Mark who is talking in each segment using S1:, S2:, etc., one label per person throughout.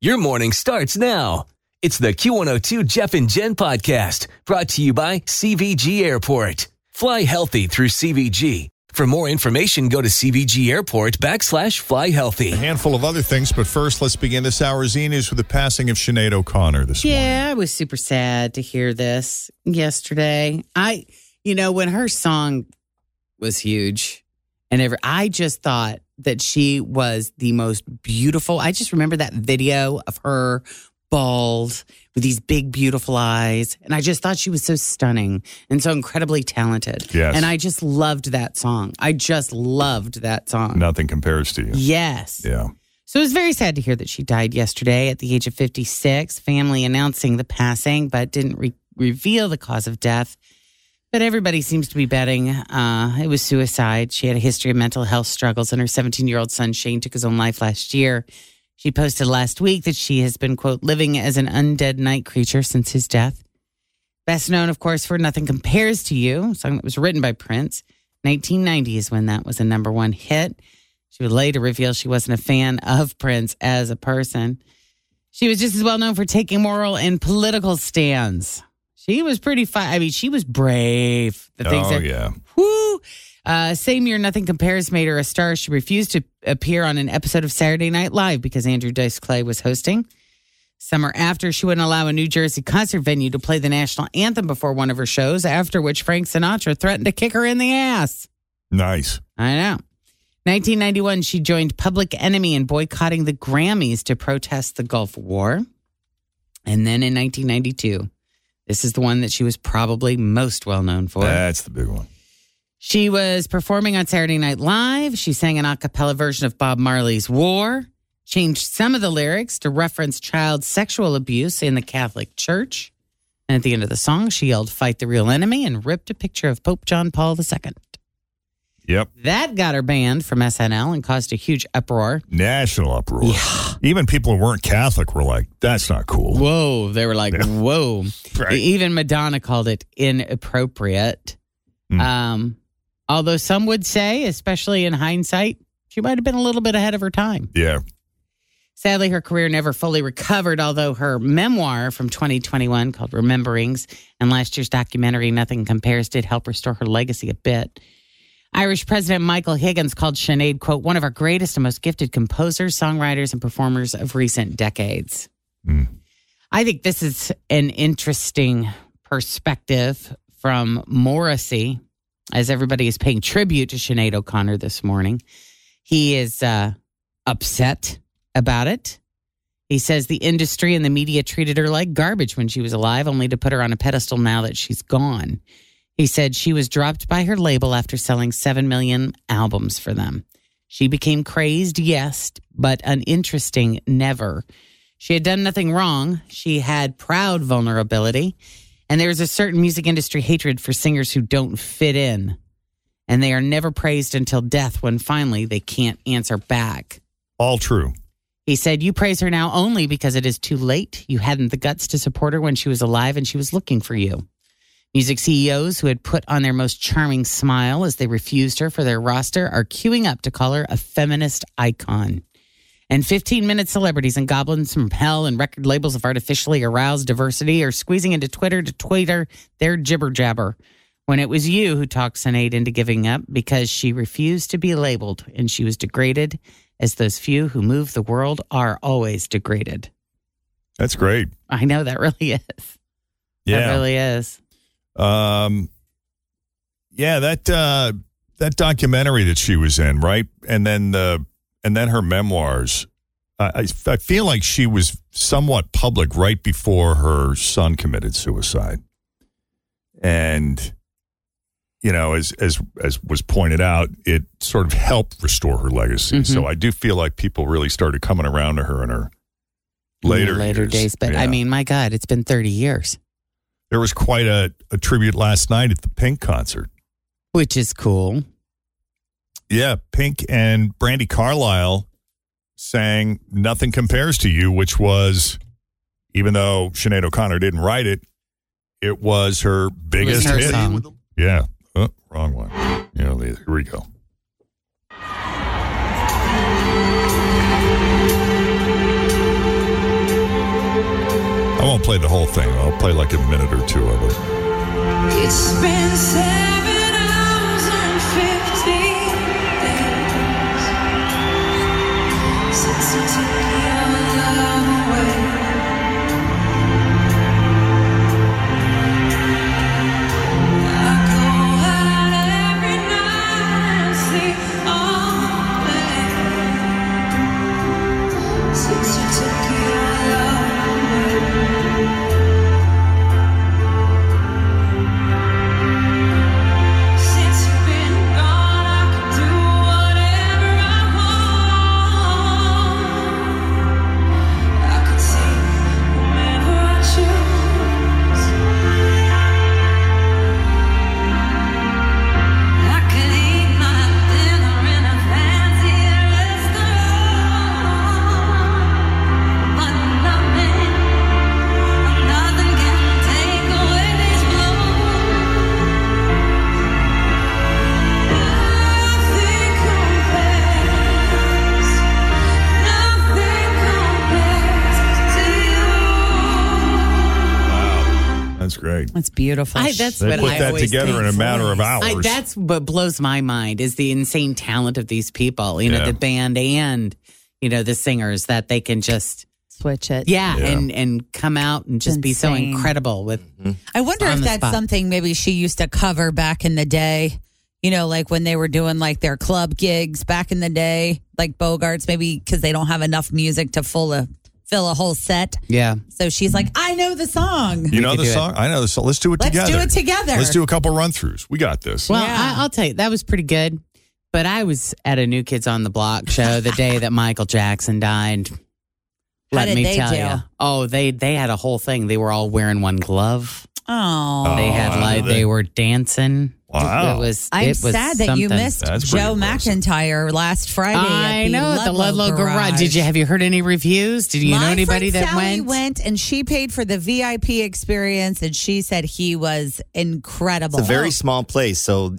S1: Your morning starts now. It's the Q102 Jeff and Jen podcast brought to you by CVG Airport. Fly healthy through CVG. For more information, go to CVG Airport backslash fly healthy.
S2: A handful of other things, but first, let's begin this hour's e news with the passing of Sinead O'Connor this morning.
S3: Yeah, I was super sad to hear this yesterday. I, you know, when her song was huge and ever, I just thought that she was the most beautiful. I just remember that video of her bald with these big, beautiful eyes. And I just thought she was so stunning and so incredibly talented.
S2: Yes.
S3: And I just loved that song. I just loved that song.
S2: Nothing compares to you.
S3: Yes.
S2: Yeah.
S3: So it was very sad to hear that she died yesterday at the age of 56. Family announcing the passing, but didn't re- reveal the cause of death. But everybody seems to be betting uh, it was suicide. She had a history of mental health struggles, and her 17 year old son Shane took his own life last year. She posted last week that she has been, quote, living as an undead night creature since his death. Best known, of course, for Nothing Compares to You, a song that was written by Prince. 1990 is when that was a number one hit. She would later reveal she wasn't a fan of Prince as a person. She was just as well known for taking moral and political stands. She was pretty fi I mean, she was brave. The things
S2: oh,
S3: that
S2: yeah.
S3: Woo! Uh, same year, Nothing Compares made her a star. She refused to appear on an episode of Saturday Night Live because Andrew Dice Clay was hosting. Summer after, she wouldn't allow a New Jersey concert venue to play the national anthem before one of her shows, after which Frank Sinatra threatened to kick her in the ass.
S2: Nice.
S3: I know. 1991, she joined Public Enemy in boycotting the Grammys to protest the Gulf War. And then in 1992, this is the one that she was probably most well known for.
S2: That's the big one.
S3: She was performing on Saturday Night Live. She sang an a cappella version of Bob Marley's War, changed some of the lyrics to reference child sexual abuse in the Catholic Church. And at the end of the song, she yelled, Fight the Real Enemy, and ripped a picture of Pope John Paul II.
S2: Yep.
S3: That got her banned from SNL and caused a huge uproar.
S2: National uproar. Even people who weren't Catholic were like, that's not cool.
S3: Whoa. They were like, whoa. E-,
S2: Right.
S3: Even Madonna called it inappropriate.
S2: Hmm.
S3: Um, although some would say, especially in hindsight, she might have been a little bit ahead of her time.
S2: Yeah.
S3: Sadly, her career never fully recovered, although her memoir from 2021 called Rememberings and last year's documentary Nothing Compares did help restore her legacy a bit. Irish President Michael Higgins called Sinead, quote, one of our greatest and most gifted composers, songwriters, and performers of recent decades.
S2: Hmm.
S3: I think this is an interesting perspective from Morrissey, as everybody is paying tribute to Sinead O'Connor this morning. He is uh, upset about it. He says the industry and the media treated her like garbage when she was alive, only to put her on a pedestal now that she's gone. He said she was dropped by her label after selling 7 million albums for them. She became crazed, yes, but uninteresting, never. She had done nothing wrong. She had proud vulnerability. And there's a certain music industry hatred for singers who don't fit in. And they are never praised until death when finally they can't answer back.
S2: All true.
S3: He said, You praise her now only because it is too late. You hadn't the guts to support her when she was alive and she was looking for you. Music CEOs who had put on their most charming smile as they refused her for their roster are queuing up to call her a feminist icon. And 15 minute celebrities and goblins from hell and record labels of artificially aroused diversity are squeezing into Twitter to Twitter their jibber jabber when it was you who talked Sinead into giving up because she refused to be labeled and she was degraded as those few who move the world are always degraded.
S2: That's great.
S3: I know that really is. That
S2: Yeah.
S3: really is.
S2: um, yeah, that uh, that documentary that she was in, right? And then the and then her memoirs. I, I, I feel like she was somewhat public right before her son committed suicide. And you know, as as as was pointed out, it sort of helped restore her legacy.
S3: Mhm.
S2: So I do feel like people really started coming around to her in her
S3: In
S2: later
S3: the later
S2: years.
S3: days, but I
S2: Yeah.
S3: mean, my God, it's been 30 years,
S2: there was quite a, a tribute last night at the Pink concert.
S3: which is cool.
S2: Yeah, Pink and Brandy Carlisle sang Nothing Compares to You, which was, even though Sinead O'Connor didn't write it, it was her biggest
S3: her
S2: hit.
S3: song.
S2: Yeah. Oh, wrong one. Yeah, here we go. I won't play the whole thing. I'll play like a minute or two of it.
S4: It's been seven hours and fifteen days since you took your love away. I go out every night and see all day since you took your love away. Since you've been gone, I can do whatever I want. I could see whomever I choose. I could eat my dinner in a fancy restaurant, but nothing, nothing can take away these blues. Nothing compares. Nothing compares to you.
S2: That's great.
S5: That's beautiful.
S3: I, that's
S2: They
S3: what
S2: put
S3: I
S2: that
S3: always
S2: together in
S3: think.
S2: a matter of hours.
S3: I, that's what blows my mind is the insane talent of these people. You know,
S2: Yeah.
S3: the band and you know the singers that they can just
S5: Switch it.
S3: yeah,
S2: Yeah. Mm-hmm.
S3: and and come out and just be so
S5: Insane.
S3: incredible with
S5: I wonder
S3: On
S5: if
S3: the
S5: that's
S3: spot.
S5: something maybe she used to cover back in the day. You know, like when they were doing like their club gigs back in the day, like Bogarts, maybe because they don't have enough music to full a, fill a whole set.
S3: yeah.
S5: So she's like, I know the song.
S2: you know
S3: could
S2: the
S3: do it.
S2: song? I know the song. Let's do it
S5: Let's
S2: together.
S5: do it together.
S2: Let's do a couple run throughs. We got this.
S3: Well,
S5: Yeah.
S3: I, I'll tell you that was pretty good. But I was at a New Kids on the Block show the day that Michael Jackson died.
S5: How
S3: Let
S5: did
S3: me
S5: they
S3: tell
S5: do?
S3: you. Oh, they they had a whole thing. They were all wearing one glove.
S5: Oh,
S2: Oh,
S3: They had
S2: wow.
S3: like they were dancing.
S2: Wow.
S3: It was.
S5: I'm
S3: it was
S5: sad that you
S3: something.
S5: missed
S2: That's pretty
S5: Joe
S2: impressive.
S5: McIntyre last Friday. at
S3: I
S5: the
S3: know at the
S5: Ludlow
S3: Ludlow garage. Did you have you heard any reviews? Did you
S5: My
S3: know anybody
S5: friend
S3: that
S5: Sally
S3: went?
S5: went and she paid for the VIP experience, and she said he was incredible.
S6: It's a very small place, so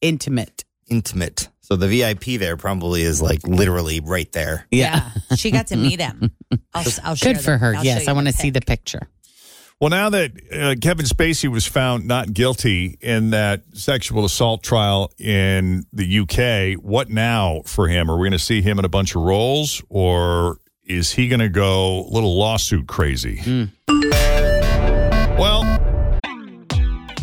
S3: Intimate.
S6: intimate. So the VIP there probably is like literally right there.
S5: Yeah. she got to meet him. I'll, I'll share
S3: Good for
S5: the-
S3: her.
S5: I'll show
S3: yes,
S5: you
S3: I want to see
S5: pic.
S3: the picture.
S2: Well, now that uh, Kevin Spacey was found not guilty in that sexual assault trial in the UK, what now for him? Are we going to see him in a bunch of roles or is he going to go little lawsuit crazy?
S3: Hmm.
S2: Well,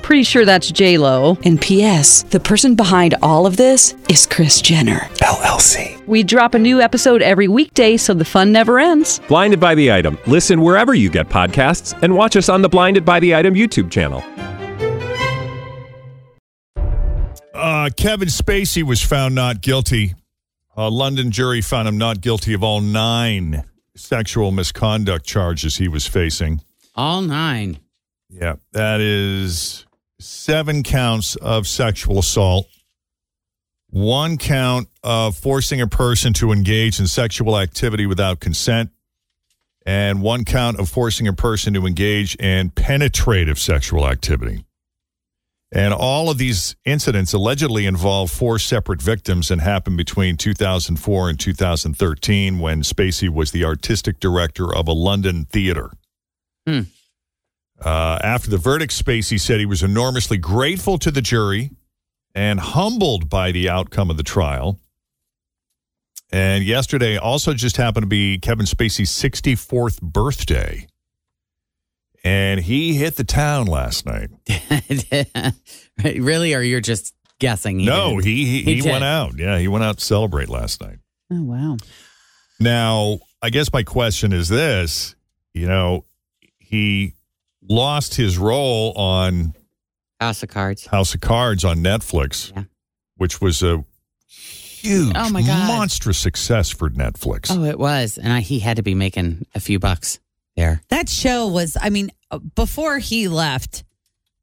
S7: Pretty sure that's J Lo.
S8: And P.S. The person behind all of this is Chris Jenner.
S9: LLC.
S7: We drop a new episode every weekday, so the fun never ends.
S9: Blinded by the item. Listen wherever you get podcasts, and watch us on the Blinded by the Item YouTube channel.
S2: uh, Kevin Spacey was found not guilty. A London jury found him not guilty of all nine sexual misconduct charges he was facing.
S3: All nine.
S2: Yeah, that is seven counts of sexual assault, one count of forcing a person to engage in sexual activity without consent, and one count of forcing a person to engage in penetrative sexual activity. And all of these incidents allegedly involve four separate victims and happened between 2004 and 2013 when Spacey was the artistic director of a London theater. Uh, after the verdict, Spacey said he was enormously grateful to the jury and humbled by the outcome of the trial. And yesterday also just happened to be Kevin Spacey's 64th birthday. And he hit the town last night.
S3: really, or you're just guessing?
S2: no,
S3: did.
S2: he he,
S3: He
S2: he, went
S3: did.
S2: out. Yeah, he went out to celebrate last night.
S3: Oh wow.
S2: Now, I guess my question is this, you know, he lost his role on
S3: House of Cards.
S2: House of Cards on Netflix,
S3: Yeah.
S2: which was a huge,
S3: Oh, my God.
S2: monstrous success for Netflix.
S3: Oh, it was, and I, he had to be making a few bucks there.
S5: That show was, I mean, uh, before he left,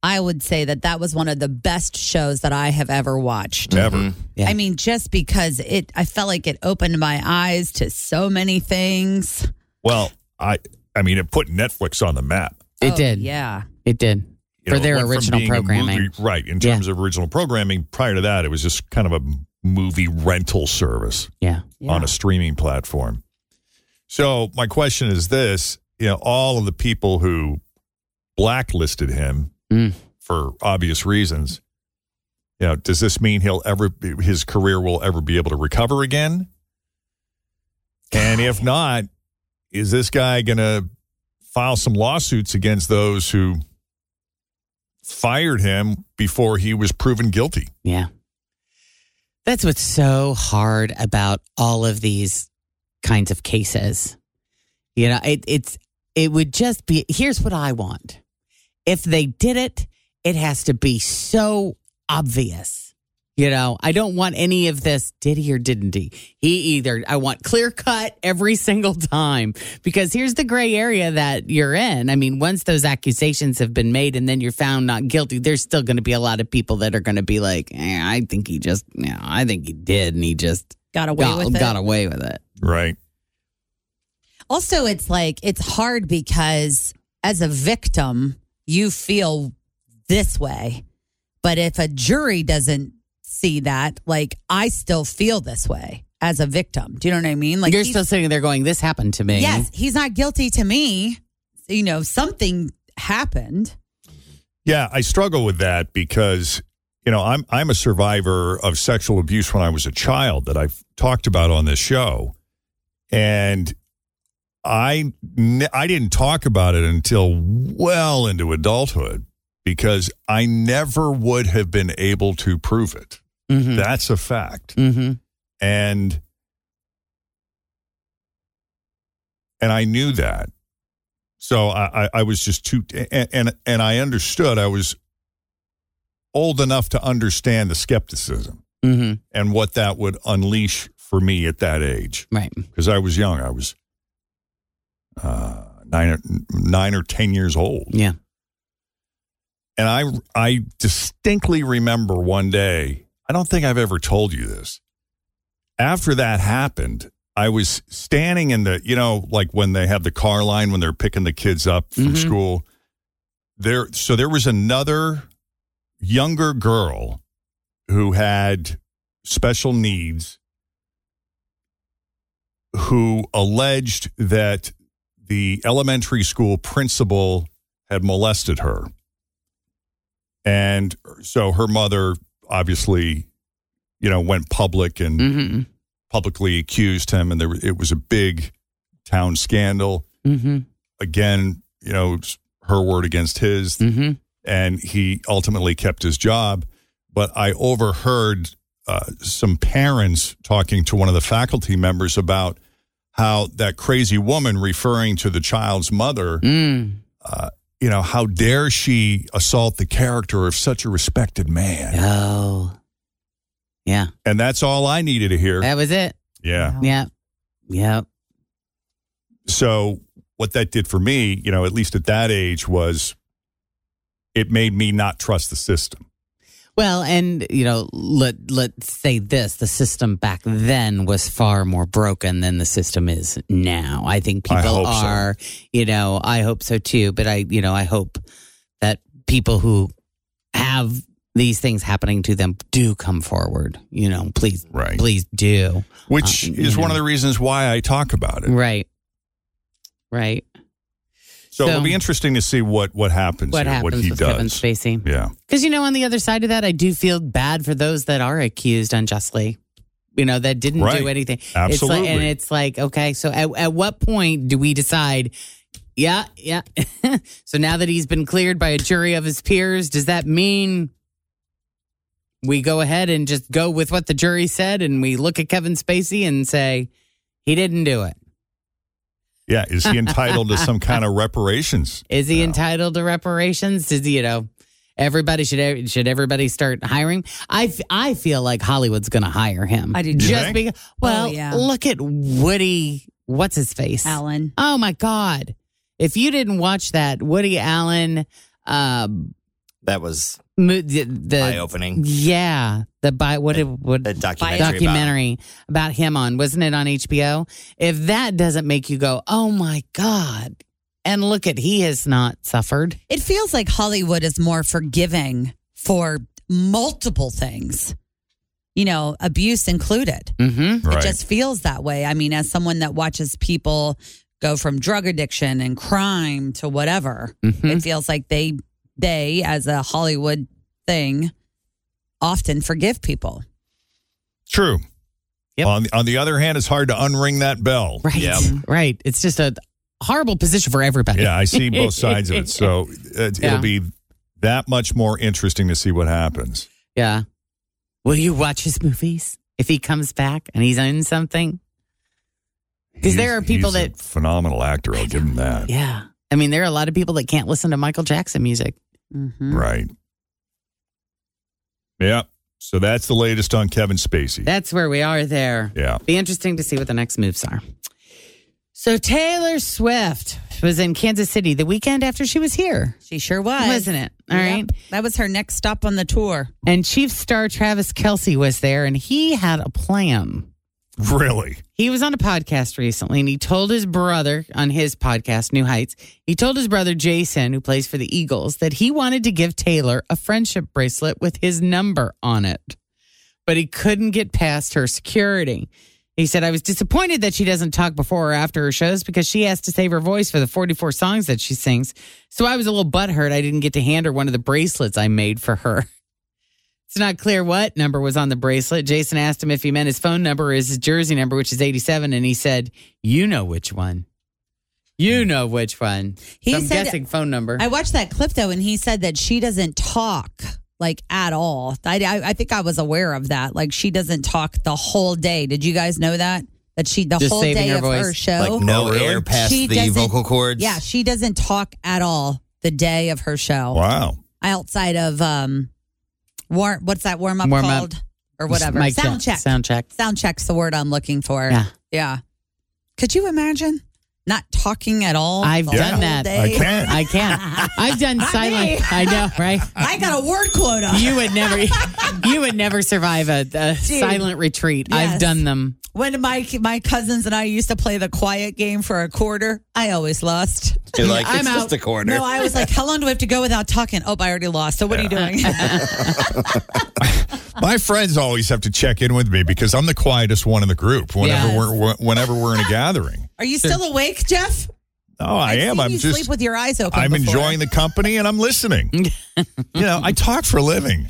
S5: I would say that that was one of the best shows that I have ever watched.
S2: Never.
S5: I mean, just because it, I felt like it opened my eyes to so many things.
S2: Well, I I mean, it put Netflix on the map.
S3: It did.
S5: Oh, Yeah.
S3: It did.
S2: You
S3: For
S2: know, it
S3: their
S2: went from
S3: original
S2: being a
S3: programming.
S2: movie- right? In
S3: Yeah.
S2: terms of original programming, prior to that, it was just kind of a movie rental service
S3: Yeah.
S2: on a streaming platform. So my question is this: you know, all of the people who blacklisted him
S3: Mm.
S2: for obvious reasons. You know, does this mean he'll ever be- his career will ever be able to recover again? And if not, is this guy going to file some lawsuits against those who fired him before he was proven guilty?
S3: Yeah. That's what's so hard about all of these kinds of cases. You know, it, it's it would just be here's what I want. If they did it, it has to be so obvious. You know, I don't want any of this did he or didn't he. He either I want clear cut every single time because here's the gray area that you're in. I mean, once those accusations have been made and then you're found not guilty, there's still going to be a lot of people that are going to be like, eh, I think he just, you know, I think he did and he just
S5: Got away
S3: got,
S5: with it.
S3: got away with it.
S2: Right.
S5: Also, it's like it's hard because as a victim, you feel this way. But if a jury doesn't see that, like I still feel this way as a victim. Do you know what I mean? Like
S3: you're
S5: he's-
S3: still sitting there going, this happened to me.
S5: Yes, he's not guilty to me. You know, something happened.
S2: Yeah, I struggle with that because you know I'm I'm a survivor of sexual abuse when I was a child that I've talked about on this show, and I ne- I didn't talk about it until well into adulthood because I never would have been able to prove it.
S3: Mm-hmm.
S2: That's a fact,
S3: mm-hmm.
S2: and and I knew that. So I, I, I was just too, and, and and I understood. I was old enough to understand the skepticism
S3: Mm-hmm.
S2: and what that would unleash for me at that age,
S3: Right.
S2: because I was young. I was uh, nine or nine or ten years old,
S3: Yeah.
S2: and I I distinctly remember one day. I don't think I've ever told you this. After that happened, I was standing in the you know like when they have the car line when they're picking the kids up from
S3: Mhm.
S2: school. There, so there was another younger girl who had special needs who alleged that the elementary school principal had molested her. And so her mother obviously, you know, went public and
S3: Mm-hmm.
S2: publicly accused him. And there, it was a big town scandal.
S3: Mm-hmm.
S2: Again, you know, it's her word against his
S3: Mm-hmm.
S2: and he ultimately kept his job. But I overheard uh, some parents talking to one of the faculty members about how that crazy woman referring to the child's mother,
S3: Mm.
S2: uh, you know, how dare she assault the character of such a respected man?
S3: Oh. Yeah.
S2: And that's all I needed to hear.
S3: That was it.
S2: Yeah.
S3: Yeah. Yeah.
S2: So what that did for me, you know, at least at that age, was it made me not trust the system.
S3: Well, and you know, let let's say this: the system back then was far more broken than the system is now. I think
S2: I
S3: people
S2: hope so.
S3: are, you know, I hope so too. But I, you know, I hope that people who have these things happening to them do come forward. You know, please,
S2: Right.
S3: please do.
S2: Which
S3: Uh, you
S2: is one of
S3: know.
S2: the reasons why I talk about it.
S3: Right, right.
S2: So, it'll
S3: So-
S2: be interesting to see what what happens.
S3: What
S2: here,
S3: happens
S2: What he
S3: with
S2: does.
S3: Kevin Spacey?
S2: Yeah.
S3: Because, you know, on the other side of that, I do feel bad for those that are accused unjustly, you know, that didn't
S2: Right.
S3: do anything. It's
S2: Absolutely.
S3: like, and it's like, okay, so at, at what point do we decide, yeah, yeah. so now that he's been cleared by a jury of his peers, does that mean we go ahead and just go with what the jury said and we look at Kevin Spacey and say, he didn't do it?
S2: Yeah. Is he entitled to some kind of reparations?
S3: Is he
S2: No.
S3: entitled to reparations? Does he, you know, everybody should should everybody start hiring? I, f- I feel like Hollywood's going to hire him.
S5: I do Oh,
S2: You
S3: just
S2: think?
S3: because. Well,
S5: yeah.
S3: look at Woody. What's his face?
S5: Alan.
S3: Oh my God! If you didn't watch that Woody Allen, um,
S6: That was
S3: mo- the, the
S6: eye-opening.
S3: Yeah, the bi- what it- what
S6: The documentary
S3: documentary about him on wasn't it on HBO? If that doesn't make you go, oh my god, and look at he has not suffered.
S5: It feels like Hollywood is more forgiving for multiple things, you know, abuse included.
S3: Mm-hmm.
S5: It
S2: Right.
S5: just feels that way. I mean, as someone that watches people go from drug addiction and crime to whatever,
S3: Mhm.
S2: Mm-hmm.
S5: it feels like they they as a Hollywood thing often forgive people.
S2: True.
S3: Yep.
S2: On, on the other hand, it's hard to unring that bell.
S3: Right, right. It's just a horrible position for everybody.
S2: Yeah, I see both sides of it. So it,
S3: Yeah.
S2: it'll be that much more interesting to see what happens.
S3: Yeah. Will you watch his movies if he comes back and he's in something? Because there
S2: He's-
S3: are people
S2: he's a
S3: that,
S2: phenomenal actor. I'll give him that.
S3: yeah. I mean, there are a lot of people that can't listen to Michael Jackson music.
S5: Mm-hmm.
S2: Right. Yeah. So that's the latest on Kevin Spacey.
S3: That's where we are there.
S2: yeah.
S3: Be interesting to see what the next moves are. So Taylor Swift was in Kansas City the weekend after she was here,
S5: She sure was.
S3: wasn't it? All right.
S5: Yep. That was her next stop on the tour.
S3: And Chief star Travis Kelsey was there, and he had a plan.
S2: Really?
S3: He was on a podcast recently and he told his brother on his podcast, New Heights, he told his brother Jason, who plays for the Eagles, that he wanted to give Taylor a friendship bracelet with his number on it, but he couldn't get past her security. He said, I was disappointed that she doesn't talk before or after her shows because she has to save her voice for the 44 songs that she sings. So I was a little butthurt I didn't get to hand her one of the bracelets I made for her. It's not clear what number was on the bracelet. Jason asked him if he meant his phone number or his jersey number, which is 87, and he said, You know which one. You know which one.
S5: Hmm. He
S3: so I'm
S5: said-
S3: guessing phone number.
S5: I watched that clip though, and he said that she doesn't talk like at all. I, I, I think I was aware of that. Like she doesn't talk the whole day. Did you guys know that? That she the
S3: Just
S5: whole
S3: saving
S5: day
S3: her
S5: of
S3: voice.
S5: her show.
S6: like no
S2: Oh, really?
S6: air past
S5: She
S6: the
S5: doesn't-
S6: vocal cords.
S5: Yeah, she doesn't talk at all the day of her show.
S3: Oh.
S2: Wow.
S5: Outside of um warm what's that warm up
S3: Warm up.
S5: called? Or whatever.
S3: Mic
S5: sound check. Sound-,
S3: Sound check.
S5: check's the word I'm looking for.
S3: Yeah.
S5: Yeah. Could you imagine not talking at all?
S3: I've
S5: the
S3: done
S5: whole
S3: that.
S5: day?
S2: I can't.
S3: I can't. I've done silent. I know, right?
S5: I got a word quota.
S3: You would never, you would never survive a, a silent retreat. I've
S5: Yes.
S3: done them.
S5: When my my cousins and I used to play the quiet game for a quarter, I always lost.
S6: You're like,
S3: I'm
S6: it's
S3: out.
S6: just a corner.
S5: No, I was like, "How long do we have to go without talking?" Oh, I already lost. So what are you doing?
S2: My friends always have to check in with me because I'm the quietest one in the group whenever
S3: Yes.
S2: we're whenever we're in a gathering.
S5: are you still awake, Jeff?
S2: Oh, I
S5: I've
S2: am.
S5: seen
S2: I'm
S5: you
S2: just
S5: sleep with your eyes open.
S2: I'm
S5: before.
S2: enjoying the company and I'm listening. you know, I talk for a living.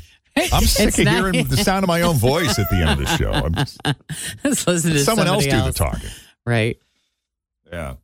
S2: I'm sick
S3: It's
S2: of
S3: not-
S2: hearing the sound of my own voice at the end of the show. I'm just,
S3: Let's listen to
S2: someone else
S3: somebody
S2: do the talking.
S3: Right.
S2: Yeah.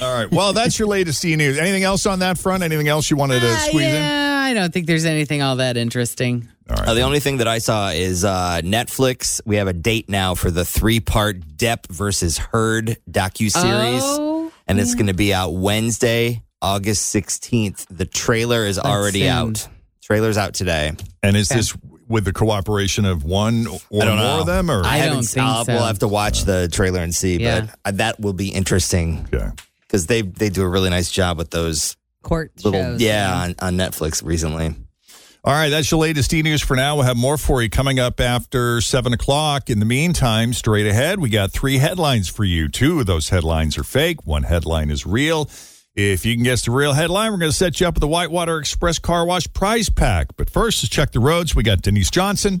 S2: All right. Well, that's your latest E news. Anything else on that front? Anything else you wanted to
S3: Ah,
S2: squeeze
S3: yeah, I don't think there's anything all that interesting.
S2: in? All
S6: Uh,
S2: right.
S6: the only thing that I saw is uh, Netflix. We have a date now for the three-part Depp versus Heard docu series,
S3: Oh,
S6: and it's going to be out Wednesday, August sixteenth. The trailer is already
S3: soon.
S6: out. Trailer's out today.
S2: And is this with the cooperation of one or more
S6: don't know.
S2: of them? Or
S3: I- don't
S6: haven't- uh,
S3: think so.
S6: We'll have to watch the trailer and see,
S3: Yeah.
S6: but uh, that will be interesting
S2: okay.
S6: because they they do a really nice job with those
S5: court
S6: little
S5: shows.
S6: yeah on, on Netflix recently.
S2: All right, that's your latest E news for now. We'll have more for you coming up after seven o'clock. In the meantime, straight ahead, we got three headlines for you. Two of those headlines are fake, one headline is real. If you can guess the real headline, we're going to set you up with the Whitewater Express Car Wash prize pack. But first, let's check the roads. We got Denise Johnson,